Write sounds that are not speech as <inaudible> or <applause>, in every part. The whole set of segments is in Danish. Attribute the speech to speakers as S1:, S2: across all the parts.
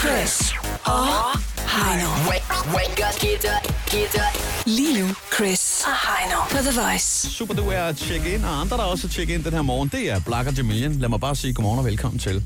S1: Chris og Heino.
S2: Wake, wake up, get up, get up.
S1: Lige nu, Chris og Heino på The Voice.
S3: Super, du er at tjekke ind, og andre, der også er tjekke ind den her morgen, det er Black og Jamilian. Lad mig bare sige godmorgen og velkommen til.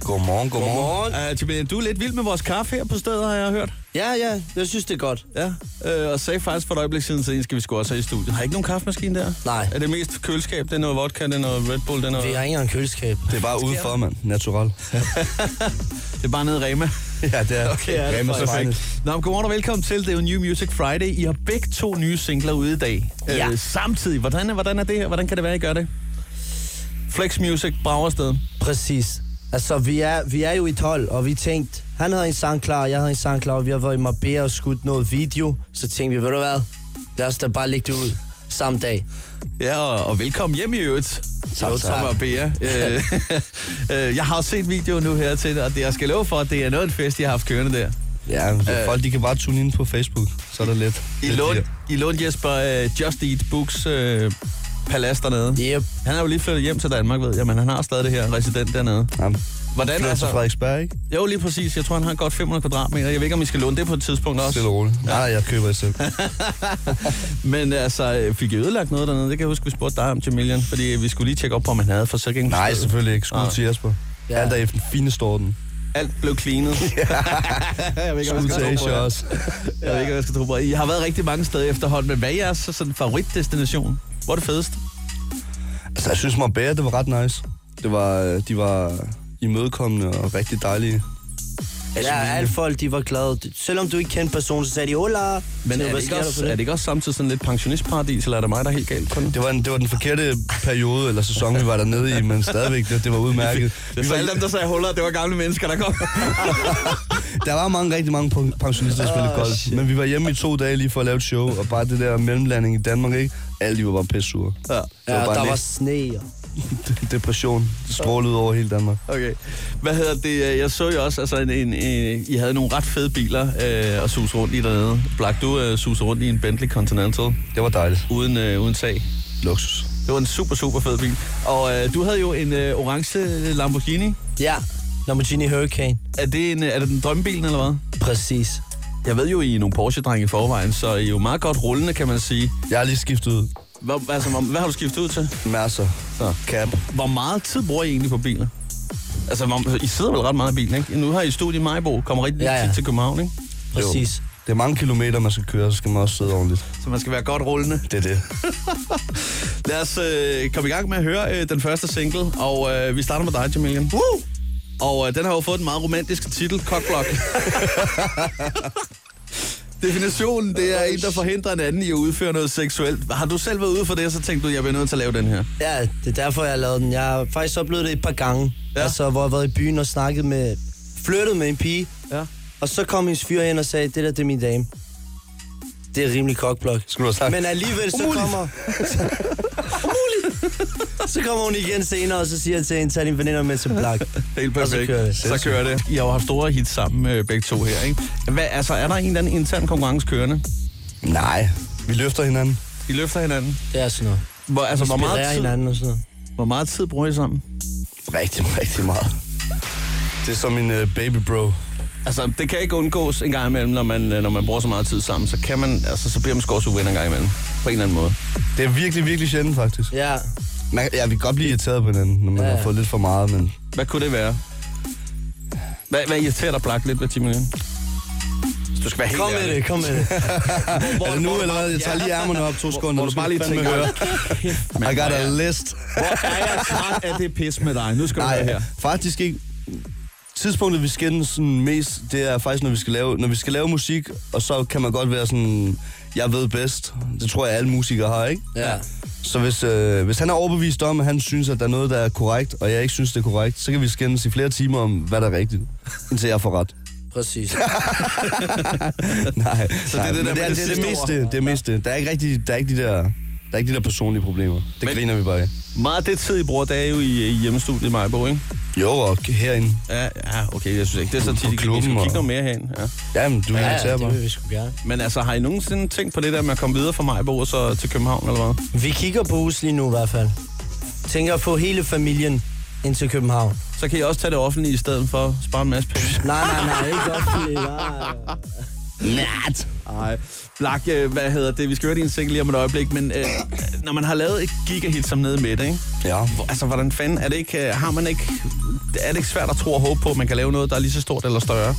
S4: Godmorgen, godmorgen.
S3: Uh, Jamilian, du er lidt vild med vores kaffe her på stedet, har jeg hørt.
S4: Ja, ja, jeg synes, det er godt.
S3: Ja, øh, og sagde faktisk for et øjeblik siden, så en skal vi sgu også have i studiet. Har I ikke nogen kaffemaskine der?
S4: Nej.
S3: Er det mest køleskab? Det er noget vodka, det er noget Red Bull, det er noget...
S4: Vi har ikke engang køleskab. Det er bare udenfor, mand. Natural.
S3: Det er bare nede i Rema.
S4: <laughs> ja, det er.
S3: Okay, ja, det er perfekt. Nå, men godmorgen og velkommen til. Det er jo New Music Friday. I har begge to nye singler ude i dag.
S4: Ja.
S3: Øh, samtidig. Hvordan, er- hvordan er det her? Hvordan kan det være, I gør det? Flex Music, Bragersted.
S5: Præcis. Altså, vi er, vi er jo i 12, og vi tænkte, han havde en sang klar, jeg havde en sang klar, og vi har været i Marbella og skudt noget video. Så tænkte vi, ved du hvad, lad os da bare lægge det ud samme dag.
S3: Ja, og, og velkommen hjem i øvrigt.
S5: Tak,
S3: Jo,
S5: tak.
S3: Tom og Bea. Øh, <laughs> øh, jeg har også set videoen nu her til dig, og det, jeg skal love for, at det er noget af en fest, jeg har haft kørende der.
S4: Ja,
S3: Øh.
S4: øh. folk de kan bare tune ind på Facebook, så er det lidt.
S3: I
S4: lidt
S3: Lund,
S4: mere.
S3: I Lund Jesper, øh, Just Eat Books øh, palads dernede.
S5: Yep.
S3: Han er jo lige flyttet hjem til Danmark, ved jeg, men han har stadig det her resident dernede.
S4: Jamen,
S3: Hvordan
S4: flytter til
S3: altså?
S4: Frederiksberg, ikke?
S3: Jo, lige præcis. Jeg tror, han har godt 500 kvadratmeter. Jeg ved ikke, om I skal låne det på et tidspunkt også.
S4: Stille og roligt. Nej, jeg køber det
S5: <laughs>
S4: selv.
S3: Men altså, øh, fik I ødelagt noget dernede? Det kan jeg huske, vi spurgte dig om, Jamilian. Fordi vi skulle lige tjekke op på, om han havde forsikring.
S4: Nej, selvfølgelig ikke. Skud
S3: Nej.
S4: til Jesper.
S5: Ja.
S4: Alt er i den fineste orden.
S3: Alt blev cleanet. jeg ved ikke, om
S4: Skud
S3: jeg skal
S4: til
S3: tro på
S4: Asia
S3: jer.
S4: også.
S3: Jeg ved ikke, hvad jeg skal tro på. I har været rigtig mange steder efterhånden, men hvad er jeres sådan, favoritdestination? Hvor er det fedest?
S4: Altså, jeg synes, Marbella, det var ret nice. Det var, øh, de var imødekommende og rigtig dejlige.
S5: Altså, ja, alle folk, de var glade. Selvom du ikke kendte personen, så sagde de, hola.
S3: Men er det, ikke også, er det ikke også samtidig sådan lidt pensionistparadis, eller er det mig, der er helt galt kun?
S4: Det var, en, det var den forkerte periode eller sæson, vi var dernede i, men stadigvæk, det, det var udmærket.
S3: Det
S4: Vi
S3: var
S4: var,
S3: alle dem, der sagde huller, det var gamle mennesker, der kom.
S4: Der var mange, rigtig mange pen- pensionister, der
S3: Ah,
S4: spillede golf. Men vi var hjemme i to dage lige for at lave et show, og bare det der mellemlanding i Danmark, ikke? Alle de var bare pisse sure.
S3: ja,
S5: Ja,
S4: bare
S5: der
S4: lidt.
S5: var sne. og-
S4: Depression. Det strålede ud over hele Danmark.
S3: okay. Hvad hedder det? Jeg så jo også, altså, en, en, en, I havde nogle ret fede biler øh, at suse rundt i dernede. Black, du øh, suser rundt i en Bentley Continental
S4: Det var dejligt.
S3: uden, øh, uden sag.
S4: Luksus.
S3: Det var en super, super fed bil. Og øh, du havde jo en øh, orange Lamborghini.
S5: Ja, Lamborghini Hurricane.
S3: Er det, en, øh, er det den drømmebilen, eller hvad?
S5: Præcis.
S3: Jeg ved jo, I er nogle Porsche-drenge i forvejen, så I er jo meget godt rullende, kan man sige.
S4: Jeg har lige skiftet ud.
S3: Hvor, altså, hvor, hvad har du skiftet ud til?
S4: Masser.
S3: Så.
S4: Cap.
S3: Hvor meget tid bruger I egentlig på biler? Altså, hvor, I sidder vel ret meget i bilen, ikke? Nu har I studiet i Majbo, kommer rigtig ja,
S5: Ja,
S3: ja.
S5: ja.
S3: tit til København, ikke?
S5: Præcis.
S4: Jo. Det er mange kilometer, man skal køre, så skal man også sidde ordentligt.
S3: Så man skal være godt rullende.
S4: Det er det.
S3: Lad os øh, komme i gang med at høre øh, den første single, og øh, vi starter med dig, Jamilian. Woo! Og øh, den har jo fået en meget romantisk titel, <laughs> Cockblock. Definitionen, det er en, der forhindrer en anden i at udføre noget seksuelt. Har du selv været ude for det, og så tænkte du, jeg bliver nødt til at lave den her?
S5: Ja, det er derfor, jeg har lavet den. Jeg har faktisk oplevet det et par gange.
S3: Ja.
S5: Ja. Altså, hvor jeg har været i byen og snakket med... Flyttet med en pige.
S3: Ja.
S5: Og så kom hendes fyr hen og sagde, det der, det er min dame. Det er rimelig kokblok.
S4: Skulle du have sagt.
S5: Men alligevel, så
S4: Umuligt.
S5: kommer... <laughs> så kommer hun igen senere, og så siger jeg til hende, tag dine veninder med til Blak.
S3: Helt
S5: Og så
S3: perfekt.
S5: kører det.
S3: Så kører det. I har jo haft store hits sammen, øh, begge to her, ikke? Hvad, altså, er der en eller anden intern konkurrence kørende?
S4: Nej. Vi løfter hinanden.
S3: I løfter hinanden.
S5: Det er sådan noget.
S3: Hvor, altså, hvor
S5: Inspirerer
S3: meget, tid,
S5: hinanden og sådan noget.
S3: hvor meget tid bruger I sammen?
S4: Rigtig, rigtig meget. Det er som min uh, baby bro.
S3: Altså, det kan ikke undgås en gang imellem, når man, øh, når man bruger så meget tid sammen. Så, kan man, altså, så bliver man sgu også uvenner en gang imellem. På en eller anden måde.
S4: Det er virkelig, virkelig sjældent, faktisk.
S5: Ja,
S4: Man, ja, vi kan godt blive irriteret på hinanden, når man
S5: Ja,
S4: ja.
S5: ja.
S4: har fået lidt for meget, men
S3: Hvad kunne det være? Hvad, hvad irriterer dig blagt lidt ved 10 minutter? Du skal være helt
S5: kom med det, kom med det.
S4: Hvor, er det nu eller hvad? Jeg tager lige ærmerne op to sekunder.
S3: hvor du bare lige tænker,
S4: I got a list.
S3: Hvor er jeg træt af det pis med dig? Nu skal du være
S4: Nej,
S3: her.
S4: faktisk ikke. Tidspunktet, vi skændes sådan mest, det er faktisk, når vi, skal lave, når vi skal lave musik, og så kan man godt være sådan, jeg ved bedst. Det tror jeg, alle musikere har, ikke?
S5: Ja.
S4: Så hvis, øh, hvis han er overbevist om, at han synes, at der er noget, der er korrekt, og jeg ikke synes, det er korrekt, så kan vi skændes i flere timer om, hvad der er rigtigt, indtil jeg får
S3: <laughs>
S4: ret.
S5: Præcis.
S4: Nej,
S3: Så
S4: nej,
S3: det er det der
S4: men
S3: med
S4: det,
S3: det
S4: er, det, er det
S3: sidste ord.
S4: meste. Det er meste. Der er ikke rigtig, der er ikke de der, der er ikke de der personlige problemer. Det
S3: Men-
S4: griner vi bare af.
S3: Meget af det tid, I bruger, det er jo i, i hjemmestudiet i Majbo, ikke?
S4: Jo, og herinde.
S3: Ja, ja, okay, jeg synes ikke, det er så
S4: På
S3: tit, I skal
S4: klubben
S3: kigge
S4: og-
S3: noget mere herhen. Ja.
S4: Jamen, du er
S5: Ja,
S4: irriterer
S5: ja, det
S4: mig.
S5: vil vi sgu gerne.
S3: Men altså, har I nogensinde tænkt på det der med at komme videre fra Majbo og så til København, eller hvad?
S5: Vi kigger på hus lige nu i hvert fald. Tænker på hele familien ind til København.
S3: Så så kan I også tage det offentlige i stedet for. Spare en masse <laughs> penge.
S5: Nej, nej, nej, ikke offentligt. Nej.
S4: Nat.
S3: Nej. Black, øh, hvad hedder det? Vi skal høre din single lige om et øjeblik, men øh, når man har lavet et gigahit som nede med det, ikke?
S4: Ja.
S3: Hvor- Altså, hvordan fanden er det ikke, øh, har man ikke, er det ikke svært at tro og håbe på, at man kan lave noget, der er lige så stort eller større?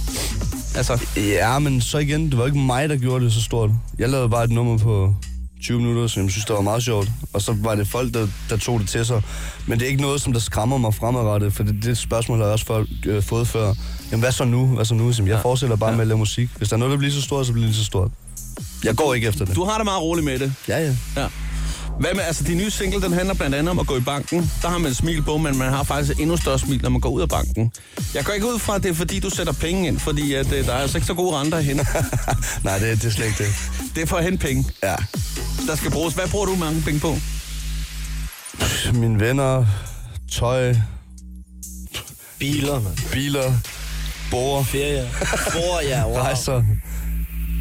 S3: Altså,
S4: Ja, men så igen, det var ikke mig, der gjorde det så stort. Jeg lavede bare et nummer på 20 minutter, som jeg synes, der var meget sjovt. Og så var det folk, der, der tog det til sig. Men det er ikke noget, som der skræmmer mig fremadrettet, for det, det spørgsmål har jeg også folk, øh, fået før. Jamen, hvad så nu? Hvad så nu? Som jeg fortsætter bare med at lave musik. Hvis der er noget, der bliver så stort, så bliver det så stort. Jeg går ikke efter det.
S3: du har det meget roligt med det.
S4: Ja, ja. <laughs>
S3: Ja. Hvad med, altså, din nye single, den handler blandt andet om at gå i banken. Der har man et smil på, men man har faktisk et endnu større smil, når man går ud af banken. Jeg går ikke ud fra, at det er, fordi du sætter penge ind, fordi at, øh, der er altså ikke så gode renter hen.
S4: Nej, det, det er slet ikke det.
S3: Det er for at hente penge,
S4: Ja.
S3: der skal bruges. Hvad bruger du mange penge på?
S4: Mine venner, tøj,
S5: Biler, mand.
S4: biler, borer,
S5: Ferie. Bor, ja, wow.
S4: rejser.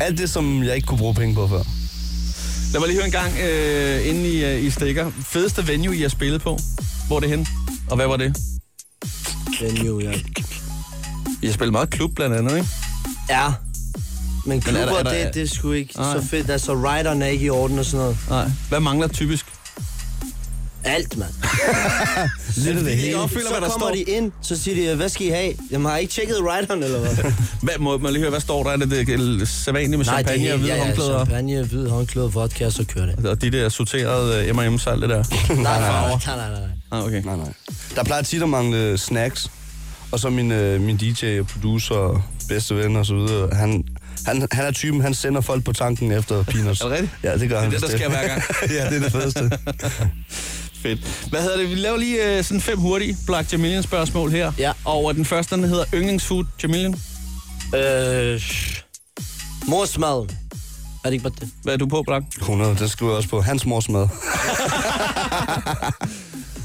S4: Alt det, som jeg ikke kunne bruge penge på før.
S3: Lad mig lige høre en gang, øh, inden I, øh, I stikker. Fedeste venue, I har spillet på? Hvor er det hen? Og hvad var det?
S5: Venue, ja.
S3: I har spillet meget klub blandt andet, ikke?
S5: Ja. Men
S3: Men er der-
S5: klubber,
S3: er der-
S5: det, det er sgu ikke
S3: Nej.
S5: så fedt. Altså, rideren er ikke i orden og sådan noget.
S3: Nej. Hvad mangler typisk?
S5: Alt, mand.
S4: Lidt af det
S3: Jeg Altså, opfylder,
S5: så
S3: hvad der
S5: kommer
S3: står.
S5: de ind, så siger de, hvad skal I have? Jamen, har I ikke tjekket rideren, eller hvad? <laughs>
S3: Hvad, må man lige høre, hvad står der? Er det det det sædvanlige med champagne
S5: helt-
S3: og hvide
S5: ja, ja,
S3: håndklæder?
S5: champagne, hvide håndklæder, vodka, så kører det.
S3: Og Altså, de der sorterede øh, M&M salt, det der.
S5: Nej, nej, nej, nej, nej, nej.
S3: Ah, okay.
S4: Nej, nej. Der plejer tit at mangle snacks. Og så min, øh, min DJ, producer, bedste ven og så videre, han, han, han er typen, han sender folk på tanken efter
S3: <laughs>
S4: peanuts.
S3: Er det rigtigt?
S4: Ja, det gør han.
S3: det, der
S4: bestemt.
S3: sker hver gang.
S4: <laughs> ja, det er det fedeste.
S3: Fedt. Hvad hedder det? Vi laver lige øh, sådan fem hurtige Black Jamilian spørgsmål her.
S5: Ja.
S3: Og øh, den første, den hedder yndlingsfood Jamilian.
S5: Øh, morsmad. Er det ikke bare det?
S3: Hvad er du på, Black?
S4: 100, den skriver jeg også på. Hans mors mad.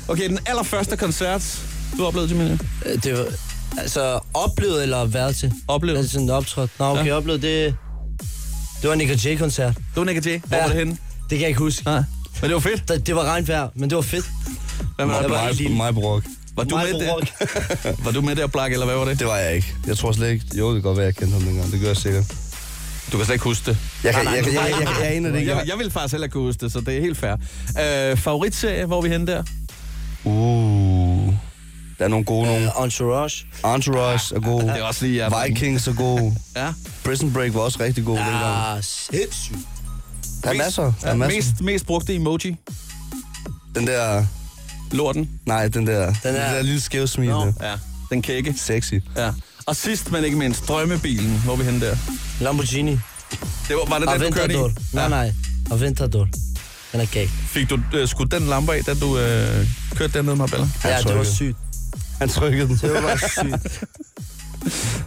S3: Okay, den allerførste koncert, du oplevede, Jamilian.
S5: Øh, Det var, altså, oplevet eller været til?
S3: Oplevet.
S5: Altså sådan optrådt. Nå, okay,
S3: Ja.
S5: ja. oplevet det... Det var en Nick J-koncert.
S3: Det var Nick J. Hvor
S5: Ja.
S3: var det henne?
S5: Det kan jeg ikke huske.
S3: Nej. Men det var fedt.
S5: Det, det var regnvejr, men det var fedt.
S3: Hvad med,
S5: var
S4: Mig,
S5: helt lille.
S4: mig brok.
S3: var, du
S5: Mig
S3: med
S5: på
S3: <laughs> der?
S5: rock.
S3: var du med der, Black, eller hvad var det?
S4: Det var jeg ikke. Jeg tror slet ikke. Jo, det kan godt være, jeg kendte ham dengang. Det gør jeg sikkert.
S3: Du kan slet ikke huske det.
S4: Jeg, kan, jeg, jeg, jeg, jeg, jeg, jeg aner det ikke.
S3: Jeg, jeg vil faktisk heller ikke kunne huske det, så det er helt fair. Øh, favoritserie, hvor er vi henne der?
S4: Uh. Der er nogle gode nogle.
S5: Øh, Entourage.
S4: Entourage er god.
S3: Det er også lige jer.
S4: Vikings er god.
S3: Ja.
S4: Prison Break var også rigtig god ja. dengang.
S5: Ah, sindssygt.
S4: Der er masser. Der er
S3: Ja,
S4: masser.
S3: mest, mest brugte emoji.
S4: Den der...
S3: Lorten.
S4: Nej, den der... Den der,
S5: der-
S4: den der lille skæve smil. No.
S3: Ja. Den kække.
S4: Sexy.
S3: Ja. Og sidst, men ikke mindst, drømmebilen. Hvor er vi henne der?
S5: Lamborghini.
S3: Det var, var det
S5: Og
S3: den, du kørte i?
S5: Ventador. Nej,
S3: Ja.
S5: nej. Og Ventador. Den er galt.
S3: Fik du øh, skudt den lampe af, da du øh, kørte dernede, Marbella?
S5: Ja, det var
S4: trykket.
S5: sygt.
S4: Han trykkede den.
S5: Det var sygt.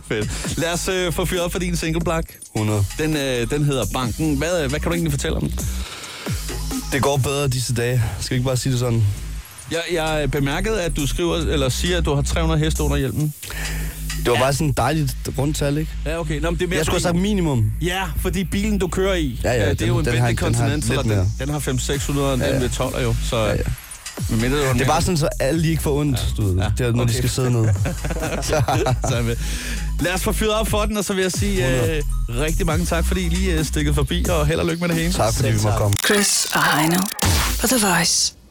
S3: Fedt. Lad os øh, få fyret op for din single black.
S4: 100.
S3: Den, øh, den hedder Banken. Hvad, øh, hvad kan du egentlig fortælle om den?
S4: Det går bedre disse dage. Skal vi ikke bare sige det sådan?
S3: Jeg, jeg bemærkede, at du skriver, eller siger, at du har 300 heste under hjelmen.
S4: Det var ja. bare sådan et dejligt rundtal, ikke?
S3: Ja, okay. Nå, men det er mere
S4: Jeg skulle
S3: fordi-
S4: have sagt minimum.
S3: Ja, fordi bilen, du kører i,
S4: Ja, ja,
S3: øh, det er
S4: den-
S3: jo en
S4: den har-
S3: Bentley
S4: den har
S3: Continental,
S4: lidt
S3: og den,
S4: mere.
S3: den har 5-600, og den
S4: ja.
S3: ved 12 jo. Så ja, ja.
S4: ja.
S3: Mindre, du har en
S4: Det er bare
S3: anden,
S4: sådan, så alle lige ikke får ondt, ja. du ved.
S3: Ja,
S4: Det er, når
S3: okay.
S4: de skal sidde ned.
S3: <laughs> så er jeg med. Lad os få fyret op for den, og så vil jeg sige øh, rigtig mange tak, fordi I lige øh, stikkede forbi, og held og lykke med det hele.
S4: Tak fordi vi må komme.
S1: Chris og Heino på The Voice.